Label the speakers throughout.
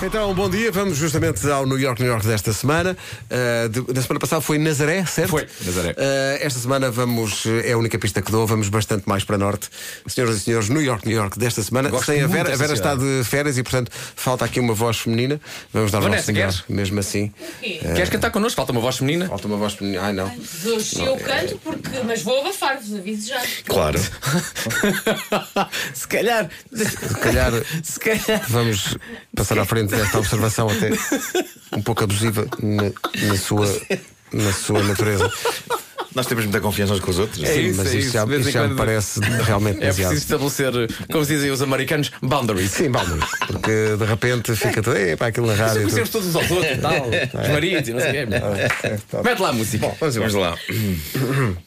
Speaker 1: Então, bom dia. Vamos justamente ao New York, New York desta semana. Uh, de- da semana passada foi Nazaré, certo?
Speaker 2: Foi, Nazaré.
Speaker 1: Uh, esta semana vamos, é a única pista que dou, vamos bastante mais para norte. Senhoras e senhores, New York, New York desta semana.
Speaker 2: Gosto
Speaker 1: Sem a
Speaker 2: muito
Speaker 1: Vera, a
Speaker 2: dessa
Speaker 1: Vera está
Speaker 2: cidade.
Speaker 1: de férias e, portanto, falta aqui uma voz feminina. Vamos dar o nosso
Speaker 2: Vanessa,
Speaker 1: melhor,
Speaker 2: queres?
Speaker 1: mesmo assim.
Speaker 3: É.
Speaker 2: Queres cantar connosco? Falta uma voz feminina.
Speaker 1: Falta uma voz feminina. Ai, não.
Speaker 4: Hoje eu canto, porque, mas vou abafar-vos, aviso já.
Speaker 2: Claro. Se calhar.
Speaker 1: Se calhar
Speaker 2: Se calhar. É
Speaker 1: vamos passar à frente desta observação até um pouco abusiva na, na sua, na sua natureza.
Speaker 3: Nós temos muita confiança uns com os outros.
Speaker 2: É
Speaker 1: Sim,
Speaker 2: isso,
Speaker 1: mas
Speaker 2: é
Speaker 1: isto
Speaker 2: isso.
Speaker 1: já,
Speaker 2: De vez
Speaker 1: isto
Speaker 2: em
Speaker 1: já me
Speaker 2: quando-
Speaker 1: parece realmente
Speaker 2: É
Speaker 1: demasiado.
Speaker 2: preciso estabelecer, como dizem os americanos, boundaries.
Speaker 1: Sim, vamos. Porque de repente fica tudo. Epá, aquilo na rádio. e
Speaker 2: Conhecemos
Speaker 1: tudo."
Speaker 2: todos uns aos outros e tal.
Speaker 3: É.
Speaker 2: Os maridos e não sei o quê.
Speaker 3: tá.
Speaker 2: Mete lá a música.
Speaker 1: Vamos embora.
Speaker 3: Vamos lá.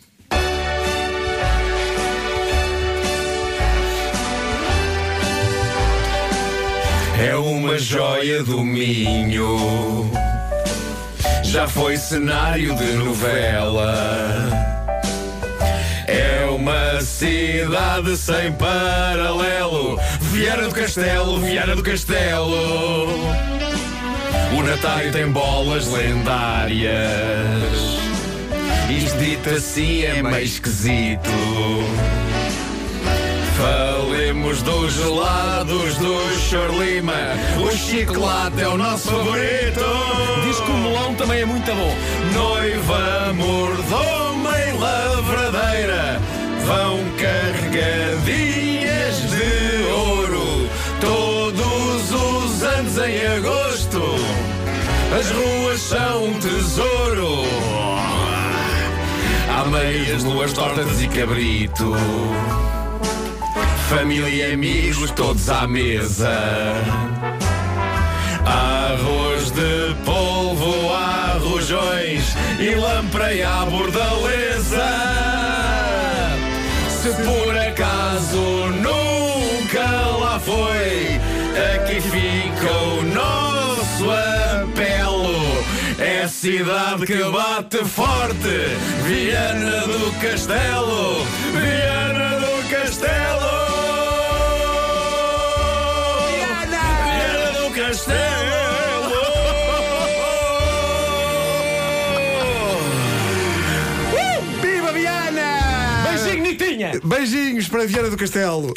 Speaker 3: É uma joia do Minho. Já foi cenário de novela. É uma cidade sem paralelo. Vieira do Castelo, Vieira do Castelo. O Natário tem bolas lendárias. Isto dito assim é meio esquisito. Falemos dos gelados do Chorlima. O chiclate é o nosso favorito.
Speaker 2: Diz que o melão também é muito bom.
Speaker 3: Noiva, mordoma e lavradeira vão carregadinhas de ouro todos os anos em agosto. As ruas são um tesouro. Há meias, luas tortas e cabrito. Família e amigos todos à mesa. Arroz de polvo a rojões e lampreia à bordaleza. Se por acaso nunca lá foi, aqui fica o nosso apelo. É cidade que bate forte, Viana do Castelo, Viana do Castelo. Viana do Castelo!
Speaker 1: Viva Viana!
Speaker 2: Beijinho, Nitinha!
Speaker 1: Beijinhos para Viana do Castelo.